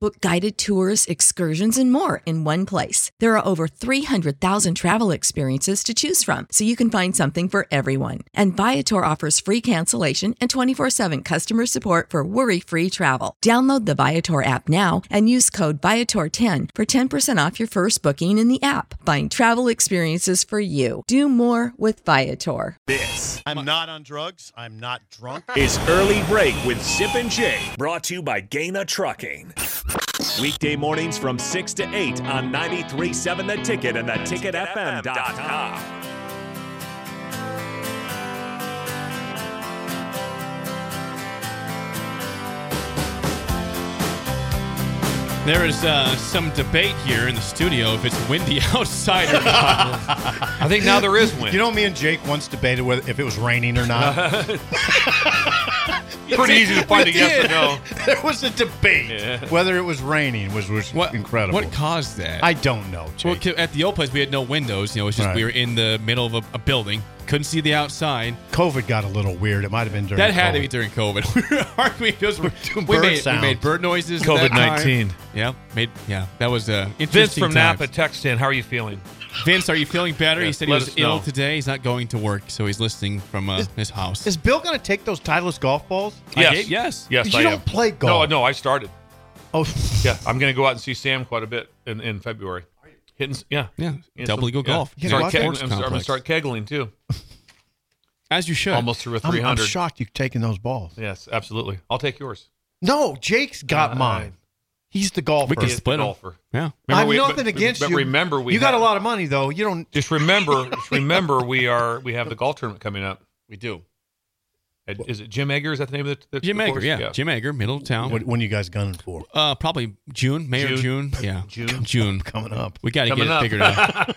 Book guided tours, excursions, and more in one place. There are over 300,000 travel experiences to choose from, so you can find something for everyone. And Viator offers free cancellation and 24 7 customer support for worry free travel. Download the Viator app now and use code Viator10 for 10% off your first booking in the app. Find travel experiences for you. Do more with Viator. This I'm not on drugs. I'm not drunk. is Early Break with Zip and Jay, brought to you by Gaina Trucking. Weekday mornings from 6 to 8 on 93.7 The Ticket and theticketfm.com. There is uh, some debate here in the studio if it's windy outside or not. I think now there is wind. You know, me and Jake once debated whether if it was raining or not. pretty easy to find a yes or no. there was a debate whether it was raining, which was incredible. What caused that? I don't know, well, Jake. c- at the old place, we had no windows. You know, it's just we Right. were in the middle of a, a building, couldn't see the outside. COVID got a little weird. It might have been during that had to be COVID. during COVID. we were arguing. Those were, doing we, bird made, we sounds. made bird noises. at that time. COVID-19. Yeah, made yeah. That was uh, interesting. Vince from times. Napa texts in, how are you feeling? Vince, are you feeling better? he Yeah, said he let was us know. ill today. He's not going to work, so he's listening from uh, his house. Is Bill going to take those Titleist golf balls? I gave- yes. Yes, You I don't am. play golf. No, no, I started. Oh, Yeah, I'm going to go out and see Sam quite a bit in, in February. Hitting, s- yeah. Yeah, Hitting double some- eagle yeah. golf. Yeah, Start what? keg- Sports I'm, I'm going to complex. start kegling too. as you should. Almost through a I'm, 300. I'm shocked you've taken those balls. Yes, absolutely. I'll take yours. No, Jake's got Uh, mine. He's the golfer. We can split them. golfer. Yeah. I have we- nothing but- against but you. remember we you got had- a lot of money though. You don't. Just remember, just remember, we are we have the golf tournament coming up. We do. At- Is it Jim Egger? Is that the name of the, the Jim the Egger, course? yeah. Jim Egger, Middletown. What, when are you guys gunning for? Uh, probably June, May or June. June. Yeah, June. June. Coming up. We got to get Coming it up. figured out.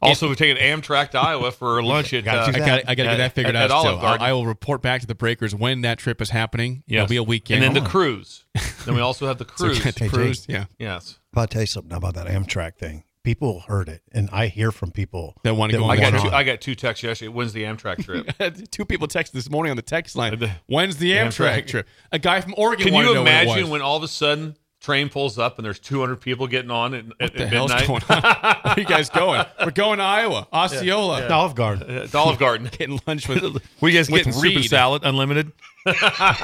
Also, we're taking Amtrak to Iowa for lunch at Gotta uh, do I got I got to get At- that figured at- out. at Olive so I- Garden. I will report back to the breakers when that trip is happening. Yes. It'll be a weekend. And then the cruise. then we also have the So we cruise. got the Hey, cruise. Yeah, yes. I'll tell you something about that Amtrak thing. People heard it, and I hear from people That wanna go on I Going got on. two, I got two texts yesterday. When's the Amtrak trip? two people texted this morning on the text line. The- When's the the Amtrak Amtrak. trip? A guy from Oregon. Can wanted you to know when it imagine was. when, all of a sudden train pulls up and there's 200 people getting on at, at, What the at hell's midnight? going on? Where are you guys going? We're going to Iowa, Osceola, Olive Garden. It's Olive Garden. getting lunch with. We guys With getting soup and Reed. salad unlimited?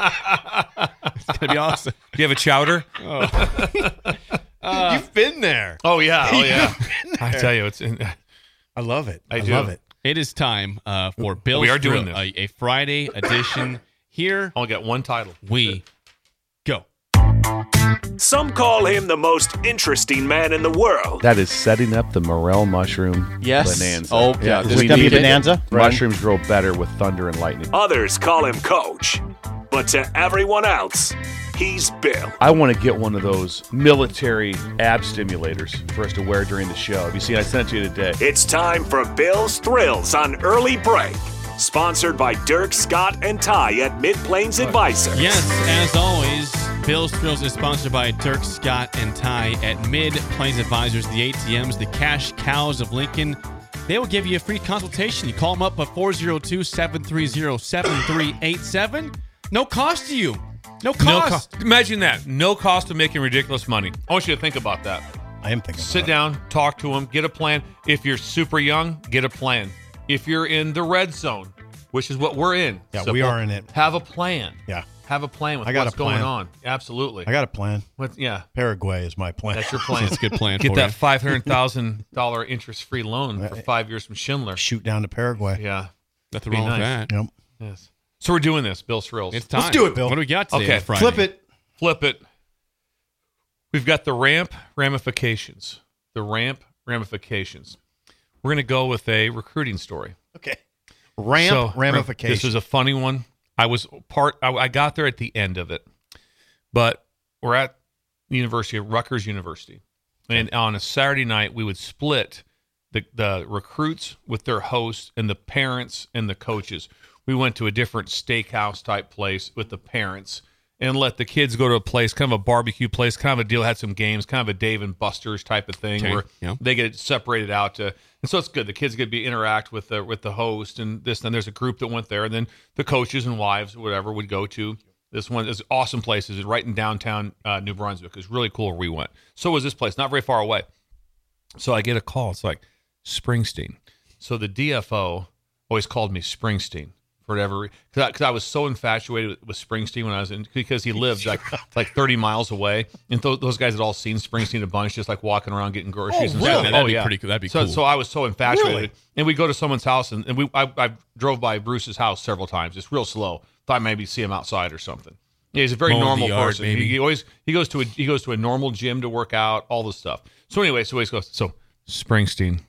It's gonna be awesome. Do you have a chowder? Uh, You've been there. Oh yeah, oh yeah. I tell you, it's. uh, I love it. I I, do. love it. It is time uh, for Bill's are doing Grill, this. A, a Friday edition. Here I'll get one title. we go. Some call him the most interesting man in the world. That is setting up the morel mushroom Yes. bonanza. Oh, yeah. This we gonna be need a it. bonanza? Mushrooms grow better with thunder and lightning. Others call him Coach. But to everyone else, he's Bill. I want to get one of those military ab stimulators for us to wear during the show. You see, I sent you today. It's time for Bill's Thrills on Early Break. Sponsored by Dirk, Scott, and Ty at Mid Plains Advisors. Yes, as always, Bill's Thrills is sponsored by Dirk, Scott, and Ty at Mid Plains Advisors, the ATMs, the cash cows of Lincoln. They will give you a free consultation. You call them up at 402 730 7387. No cost to you. No No cost. cost. Imagine that. No cost of making ridiculous money. I want you to think about that. I am thinking. Sit about down, talk to them, get a plan. If you're super young, get a plan. If you're in the red zone, which is what we're in, Yeah, we are in it. Have a plan. Yeah. Have a plan with I got what's a plan. going on. Absolutely. It. I got a plan. What- yeah, Paraguay is my plan. that's your plan. That's a good plan Get for that you. five hundred thousand dollar interest free loan for five years from Schindler. Shoot down to Paraguay. Yeah. Nothing Be wrong with nice. that. Yep. Yes. So we're doing this, Bill Shrills. It's time. Let's do it, Bill. What do we got today? Okay. on Friday? Flip it. Flip it. We've got the ramp ramifications. The ramp ramifications. We're going to go with a recruiting story. Okay. Ramp So, ramification. This is a funny one. I was part. I, I got there at the end of it, but we're at the University of Rutgers University, and on a Saturday night we would split the the recruits with their hosts and the parents and the coaches. We went to a different steakhouse type place with the parents and let the kids go to a place, kind of a barbecue place, kind of a deal. Had some games, kind of a Dave and Buster's type of thing, Okay, where yeah. they get separated out to, and so it's good. The kids get to be interact with the with the host and this. And there's a group that went there, and then the coaches and wives, whatever, would go to this one. This awesome place is right in downtown uh, New Brunswick. It's really cool where we went. So was this place, not very far away. So I get a call. It's like Springsteen. So the DFO always called me Springsteen for whatever because I, 'cause I was so infatuated with, with Springsteen when I was in because he lived like like 30 miles away and th- those guys had all seen Springsteen a bunch just like walking around getting groceries Oh, and really? stuff. Yeah, that'd be pretty cool. That'd be so, cool. So I was so infatuated Really? and we go to someone's house and, and we I, I drove by Bruce's house several times just real slow thought maybe see him outside or something. Yeah, he's a very Mowing the normal yard, person. maybe. He, he always he goes to a he goes to a normal gym to work out, all this stuff. So anyway, so he goes. So Springsteen,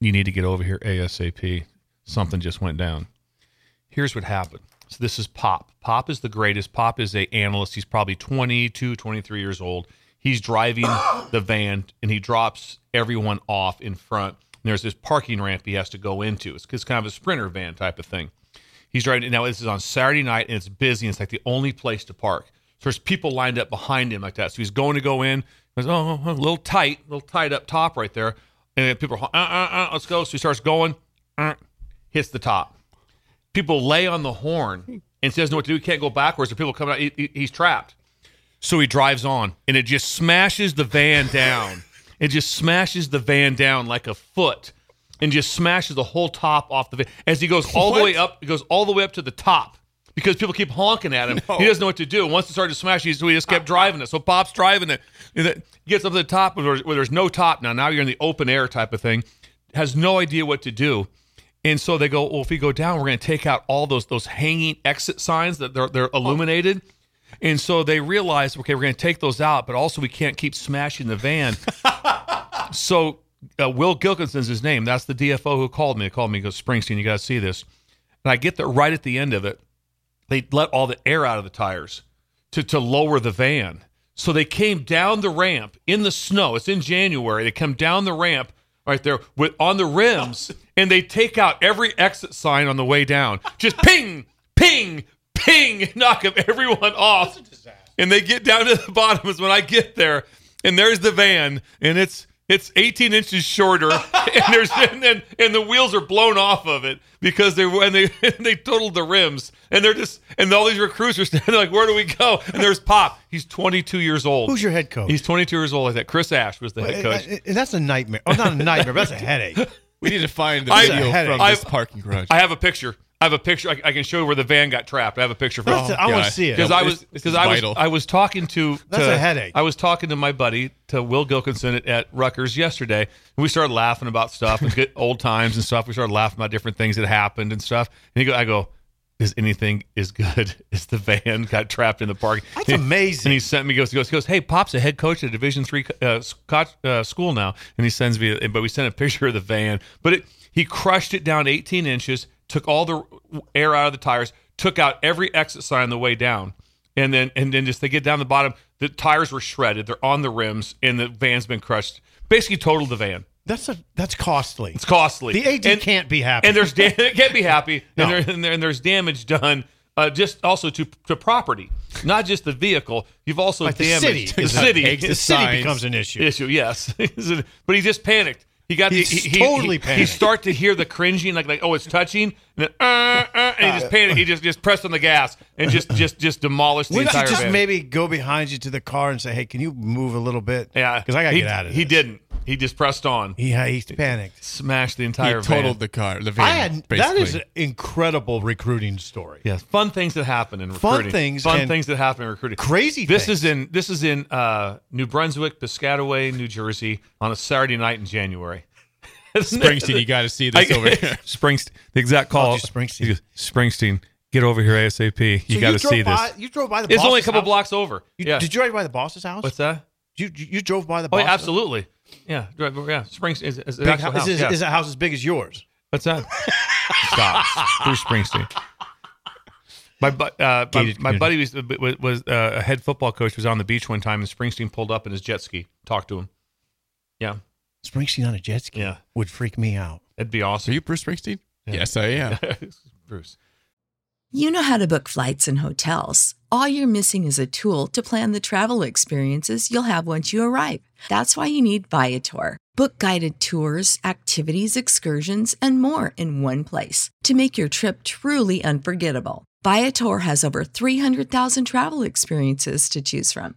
you need to get over here ASAP. Something just went down. Here's what happened. So this is Pop. Pop is the greatest. Pop is a analyst. He's probably 22, 23 years old. He's driving the van and he drops everyone off in front. And there's this parking ramp he has to go into. It's, it's kind of a sprinter van type of thing. He's driving now. This is on Saturday night, and it's busy. And it's like the only place to park. So there's people lined up behind him like that. So he's going to go in. He goes, oh, oh, oh, a little tight, a little tight up top right there. And then people are, uh, uh, uh, let's go. So he starts going, uh, hits the top. People lay on the horn and says, no, what to do. He can't go backwards. The people come out. He, he- he's trapped. So he drives on, and it just smashes the van down. it just smashes the van down like a foot, and just smashes the whole top off the van as he goes all the way up. It goes all the way up to the top because people keep honking at him. He doesn't know what to do. And once it started to smash, he so he just kept driving it. So Pop's driving it. And it gets up to the top where, where there's no top now. Now you're in the open air type of thing. Has no idea what to do. And so they go, well, if we go down, we're going to take out all those those hanging exit signs that they're they're illuminated. And so they realized, okay, we're going to take those out, but also we can't keep smashing the van. so uh, Will Gilkinson's his name. That's the DFO who called me. He called me, he goes, Springsteen, you got to see this. And I get there right at the end of it. They let all the air out of the tires to, to lower the van. So they came down the ramp in the snow. It's in January. They come down the ramp right there with on the rims, and they take out every exit sign on the way down. Just ping, ping, ping, knock them everyone off. And they get down to the bottom is when I get there, and there's the van, and it's it's 18 inches shorter, and there's and, then and the wheels are blown off of it because they and they and they totaled the rims, and they're just and all these recruits are standing like, where do we go? And there's Pop, he's 22 years old. Who's your head coach? He's 22 years old. I think Chris Ash was the head coach. Uh, uh, that's a nightmare. Oh, not a nightmare, but that's a headache. We need to find the I- video I- from I- this parking garage. I have a picture. I have a picture. I, I can show you where the van got trapped. I have a picture from. That's- I want God. to see it. because Yeah, I this- was this because is I was vital. I was talking to That's to- a headache. I was talking to my buddy to Will Gilkinson at, at Rutgers yesterday, and we started laughing about stuff and good old times and stuff. We started laughing about different things that happened and stuff. And he go, I go, is anything is good? Is the van got trapped in the parking? That's amazing. And he sent me he goes he goes he goes. Hey, pops a head coach at a Division three uh, Scotch, uh, school now, and he sends me. a- But we sent a picture of the van. But it, he crushed it down 18 inches, took all the air out of the tires, took out every exit sign on the way down, and then and then just they get down the bottom. The tires were shredded. They're on the rims, and the van's been crushed. Basically, totaled the van. That's a that's costly. It's costly. The AD And- can't be happy. and there's da- it can't be happy, No. and, there, and, there, and there's damage done. Uh, just also to to property, not just the vehicle. You've also Like the damaged city. the city. Exit the city signs. becomes an issue. issue. Yes, but he just panicked. He got He's the, he, he- totally he- He panicked. start to hear the cringing, like like oh it's touching, and then uh, uh, and he just panicked. He just just pressed on the gas and just just just demolished the Wouldn't entire you just van. maybe go behind you to the car and say, "Hey, can you move a little bit?" yeah, because I got to he, get out of. He this. didn't. He just pressed on. He he panicked. smashed the he entire totaled van. the car. The van, I had that basically. is an incredible recruiting story. Yes, fun things that happen in Fun recruiting. things fun and things that happen in recruiting. crazy This things. is in this is in uh, New Brunswick, Piscataway, New Jersey, on a Saturday night in January. Springsteen, you got to see this over here. Springsteen, the exact call. Called you Springsteen. He goes, Springsteen, get over here ASAP. So you got to drove see by- this. You drove by the. It's only a boss's couple house? blocks over. You- yeah. Did you drive by the boss's house? What's that? You you you drove by the. Oh, boss's yeah, absolutely. Yeah, dri- yeah. Springsteen is, is, an Big actual house. Is, house, yeah. is a house as big as yours? What's that? Stop. Bruce Springsteen. My bu- uh, my, Gated my buddy was, was, was uh, a head football coach was on the beach one time and Springsteen pulled up in his jet ski. Talked to him. Yeah, Springsteen on a jet ski Yeah. would freak me out. that'd be awesome. Are you Bruce Springsteen? Yes, I am. Bruce. You know how to book flights and hotels. All you're missing is a tool to plan the travel experiences you'll have once you arrive. That's why you need Viator. Book guided tours, activities, excursions, and more in one place to make your trip truly unforgettable. Viator has over 300,000 travel experiences to choose from.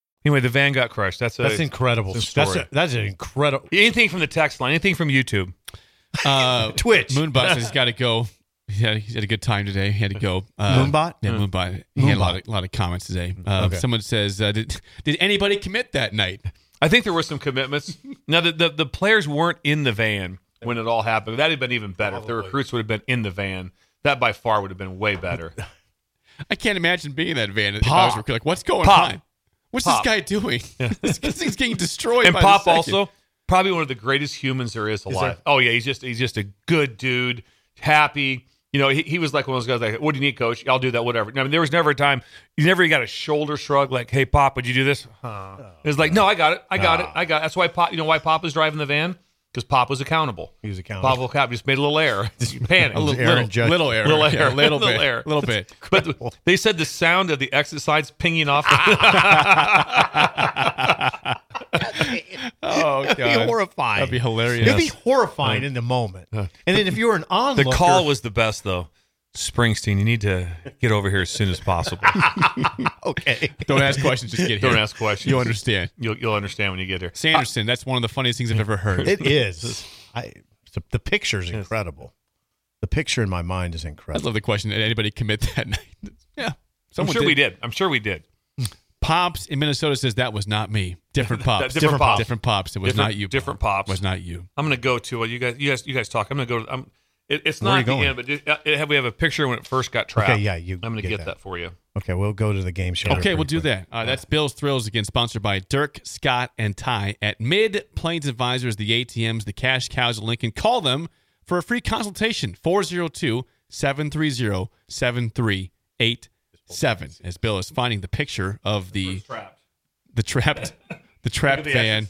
Anyway, the van got crushed. That's a, That's incredible. it's a That's story. a, that's an incredible. anything from the text line, anything from YouTube. Uh, Twitch. Moonbot has got to go. He had, he had a good time today. He had to go. Uh, Moonbot? Yeah, Mm. Moonbot. He had a lot of, lot of comments today. Uh, Someone says, uh, did, did anybody commit that night? I think there were some commitments. now the, the the players weren't in the van when it all happened. That'd have been even better if the recruits would have been in the van. That by far would have been way better. I can't imagine being in that van. if I Pop. was like, what's going Pop. on? What's Pop. this guy doing? this thing's getting destroyed. and by the Pop second. also probably one of the greatest humans there is alive. oh yeah, he's just he's just a good dude, happy. You know, he, he was like one of those guys like, "What do you need, Coach? I'll do that, whatever." I mean, there was never a time you never got a shoulder shrug like, "Hey, Pop, would you do this?" Huh. It was like, "No, I got it, I got it, I got." It. That's why Pop. You know why Pop was driving the van because Pop was accountable. He was accountable. Pop, Pop just made a little error, panic, A little, Aaron little, Judge. little error. Little Yeah, error. little, Little bit. error. Little bit. But th- they said the sound of the exit signs pinging off. Oh, God. That'd be horrifying. That'd be hilarious. It'd be horrifying in the moment. And then if you were an the onlooker, call was the best though. Springsteen, you need to get over here as soon as possible. okay. Don't ask questions. Just get here. Don't ask questions. You understand. You'll, you'll understand when you get here. Sanderson, that's one of the funniest things I've ever heard. It is. I so the picture is incredible. The picture in my mind is I incredible. love the question. Did anybody commit that night? Yeah. I'm Someone sure we did. I'm sure we did. Pops in Minnesota says that was not me. Different pops. different Pops. Different pops. It was Different- not you. different Pops. Was not you. I'm gonna go to well, you guys. You guys. You guys talk. I'm gonna go. To, I'm. It, it's Where are not you the going? end, but it, uh, it, have we have a picture when it first got trapped? Okay, yeah, you I'm gonna get get, that. that. for you. Okay, we'll go to the game show. Okay, we'll do that. Uh, that's Bill's Thrills again, sponsored by Dirk, Scott, and Ty at Mid Plains Advisors, the ATMs, the Cash Cows of Lincoln. Call them for a free consultation 402 730 7387. As Bill is finding the picture of the, Trapped. the trapped. The trapped van.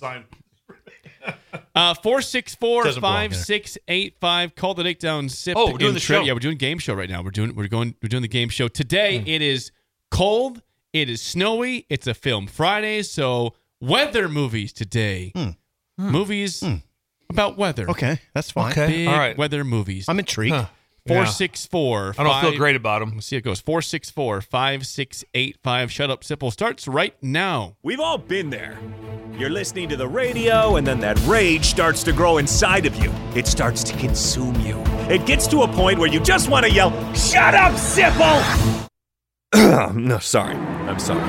Uh, 464 5685. Call the Nick Down Sip. Oh, we're doing and the Trip. show. Yeah, we're doing game show right now. We're doing we're going we're doing the game Hmm. show. Today it is cold, it is snowy, it's a film Friday, so weather movies today. Movies about weather. Hmm. Okay, that's fine. Okay. Big All right. weather movies. I'm intrigued. Huh. Four Yeah. six four. I don't feel five- great about him. Let's see how it goes. Four six four five six eight five. Shut up, simple. Starts right now. We've all been there. You're listening to the radio, and then that rage starts to grow inside of you. It starts to consume you. It gets to a point where you just want to yell, Shut up, Sipple! no, sorry. I'm sorry.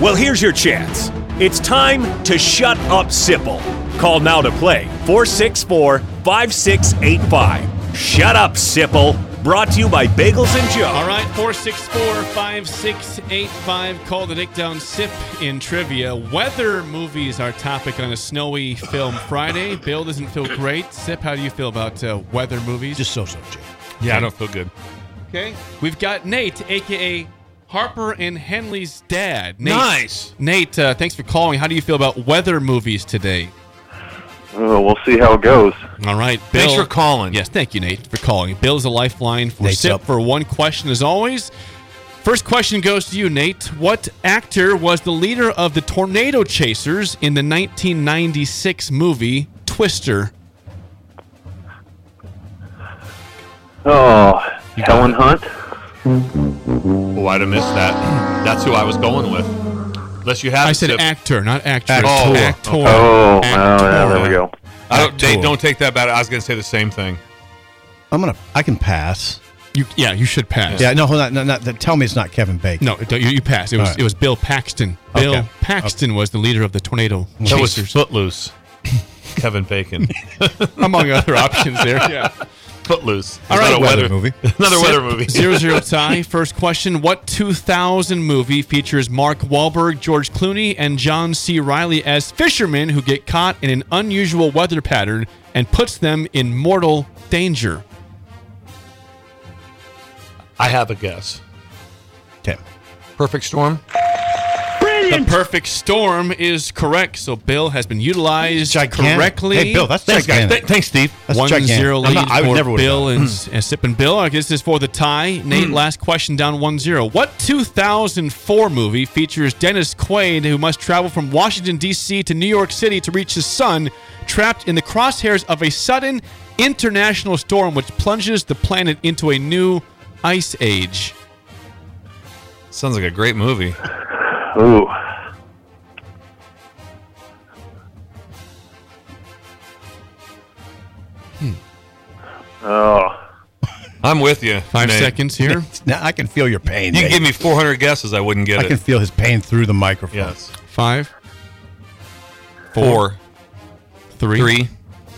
Well, here's your chance. It's time to shut up, Sipple. Call now to play 464 5685. Shut up, Sipple. Brought to you by Bagels and Joe. All right, 464 5685. Call the Nick Down Sip in trivia. Weather movies are topic on a snowy film Friday. Bill doesn't feel great. Sip, how do you feel about uh, weather movies? Just so so, Jay. Yeah, I don't feel good. okay. We've got Nate, aka Harper and Henley's dad. Nate, Nice. Nate, uh, thanks for calling. How do you feel about weather movies today? Oh, we'll see how it goes. All right, Bill. Thanks for calling. Yes, thank you, Nate, for calling. Bill is a lifeline for Nate's Sip up. for one question, as always. First question goes to you, Nate. What actor was the leader of the Tornado Chasers in the 1996 movie Twister? Oh, Helen Hunt. Oh, I'd have missed that. That's who I was going with. Unless you have I it, said Sip. actor, not actress. Actor. Oh, Okay. actor. Oh, wow, yeah, there we go. I don't, Nate, Actor. don't take that back. I was going to say the same thing. I'm gonna. I can pass. You, yeah, you should pass. Yeah. No, hold on. No, no, th- tell me it's not Kevin Bacon. No, don't- you, you pass. It was All right. it was Bill Paxton. Bill Okay. Paxton was the leader of the Tornado That was Chasers, Footloose. Kevin Bacon. among other options. There, yeah. Footloose. All right, Another weather movie. Another weather movie. zero zero tie. First question: What 2000 movie features Mark Wahlberg, George Clooney, and John C. Riley as fishermen who get caught in an unusual weather pattern and puts them in mortal danger? I have a guess. Okay. Perfect Storm. The perfect storm is correct. So Bill has been utilized Gigantic. correctly. Hey, Bill, that's Thanks, guys. gigantic. Th- thanks, Steve. That's One gigantic. zero I'm lead not- I would for never would've Bill done Hmm. and, and Sip and Bill. I guess this is for the tie. Nate, last question down one zero. What 2004 movie features Dennis Quaid who must travel from Washington D.C. to New York City to reach his son, trapped in the crosshairs of a sudden international storm which plunges the planet into a new ice age? Sounds like a great movie. Ooh. Oh, I'm with you. Five seconds here. Now I can feel your pain. You Nate. can give me 400 guesses, I wouldn't get I it. can feel his pain through the microphone. yes. Five, Four, three. three.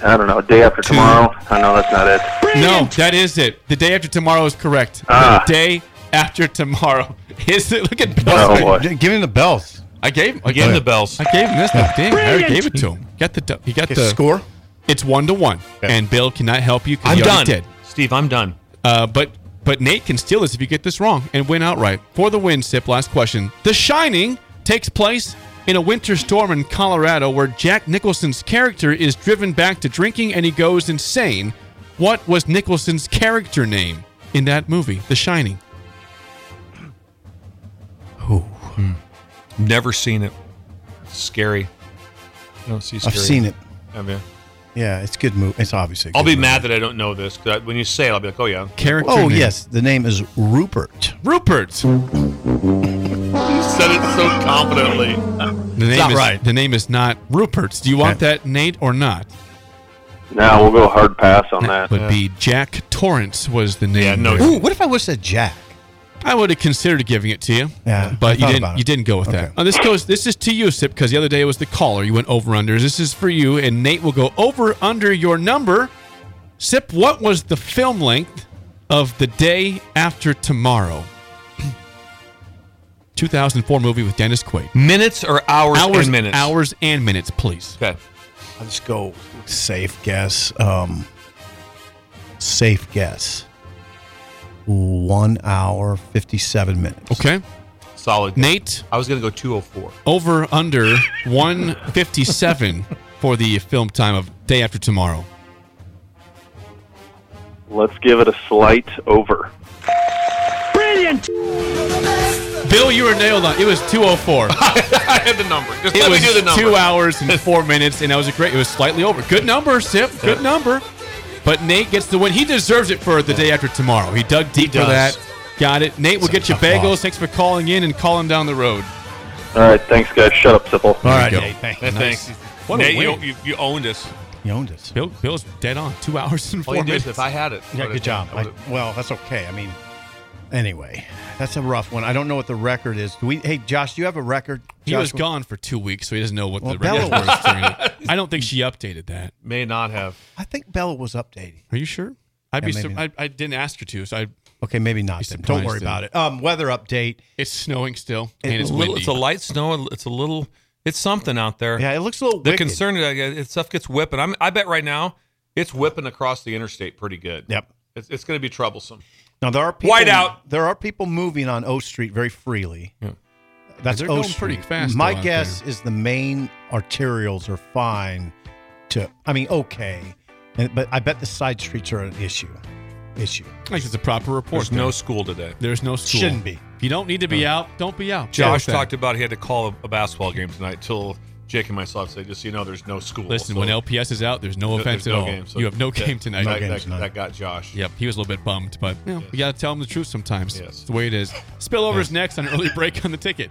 I don't know. Day after tomorrow. I know that's not it. No, that is it. The day after tomorrow is correct. Ah. The day after tomorrow is it? Look at Bill. Oh, boy. G- Give him the bells. I gave I Again, gave, the bells. I gave him this. One. Dang, I already gave it to him. Got the he got Okay, the score. It's one to one, and Bill cannot help you. 'cause I'm he done. already Did. Steve, I'm done. Uh, but but Nate can steal this if you get this wrong and win outright for the win. Sip. Last question. The Shining takes place in a winter storm in Colorado, where Jack Nicholson's character is driven back to drinking and he goes insane. What was Nicholson's character name in that movie, The Shining? Never seen it. Scary. I don't see I've scary. seen it. Have you? Yeah, it's good move. It's obviously. a I'll good be movie. mad that I don't know this. 'cause I- when you say it, I'll be like, oh, yeah. Character. Oh name. yes, the name is Rupert. Rupert. You said it so confidently. The name not is right. The name is not Rupert's. Do you want that, Nate, or not? Now we'll go hard pass on that. Would be Jack Torrance was the name. Yeah, no. there. Ooh, what if I was said Jack? I would have considered giving it to you. Yeah, I but you thought didn't. about it. You didn't go with that. Okay. Now, this goes. This is to you, Sip, because the other day it was the caller. You went over under. This is for you, and Nate will go over under your number. Sip, what was the film length of the day after tomorrow? 2004 movie with Dennis Quaid. Minutes or hours, hours and minutes? Hours and minutes, please. Okay. I'll just go safe guess. Um, safe guess. One hour fifty-seven minutes. Okay, Solid. Nate. I was going to go 204. over under 157 for the film time of day after tomorrow. Let's give it a slight over. Bill, you were nailed on. It was 204. I had the number. Just It let me was do the number. two hours and four minutes, and that was a great. It was slightly over. Good number, Sip. Good number. But Nate gets the win. He deserves it for the day after tomorrow. He dug deep for does. that. Got it. Nate, we'll It's a get you tough loss. bagels. Thanks for calling in and calling down the road. All right, thanks, guys. Shut up, Sipple. All right, you go. Nate, thank you. Yeah, Thanks. What a Nate, you, win. you, you owned us. You owned us. Bill, Bill's dead on. Two hours and All four you did minutes. is if I had it. Yeah, I good would've- job. I I, would've- well, that's okay. I mean, anyway, that's a rough one. I don't know what the record is. Do we? Hey, Josh, do you have a record? he was Joshua? gone for two weeks, so he doesn't know what Well, the Bella record was. during it. I don't think she updated that. may not have. I think Bella was updating. Are you sure? I'd Yeah, be. maybe Sur- I, not. I didn't ask her to, so I, Okay, maybe not. He's Then. Don't surprised worry then. about it. Um, weather update. it's snowing still, and It it's It's, little, windy. it's a light snow. It's a little. It's something out there. Yeah, it looks a little. the wicked. concern is that it- stuff gets whipping. I'm, I bet right now it's whipping across the interstate pretty good. Yep. It's, it's going to be troublesome. Now there are people, Whiteout. There are people moving on O Street very freely. Yeah. That's They're O going Street. pretty fast, My though, out guess is the main arterials are fine. To I mean, okay, and, but I bet the side streets are an issue. Issue. like it's a proper report. There's no though. school today. There's no school. Shouldn't be. If you don't need to be out, don't be out. Josh Deal with talked that. about he had to call a, a basketball game tonight till Jake and myself said, just so you know, there's no school. Listen, So when LPS is out, there's no th- offense there's at no all. game, so you have no that- game tonight. No that, game that- tonight. that got Josh. Yep, he was a little bit bummed, but you know, we got to tell him the truth sometimes. Yes. It's the way it is. Spillovers next on early break on the ticket.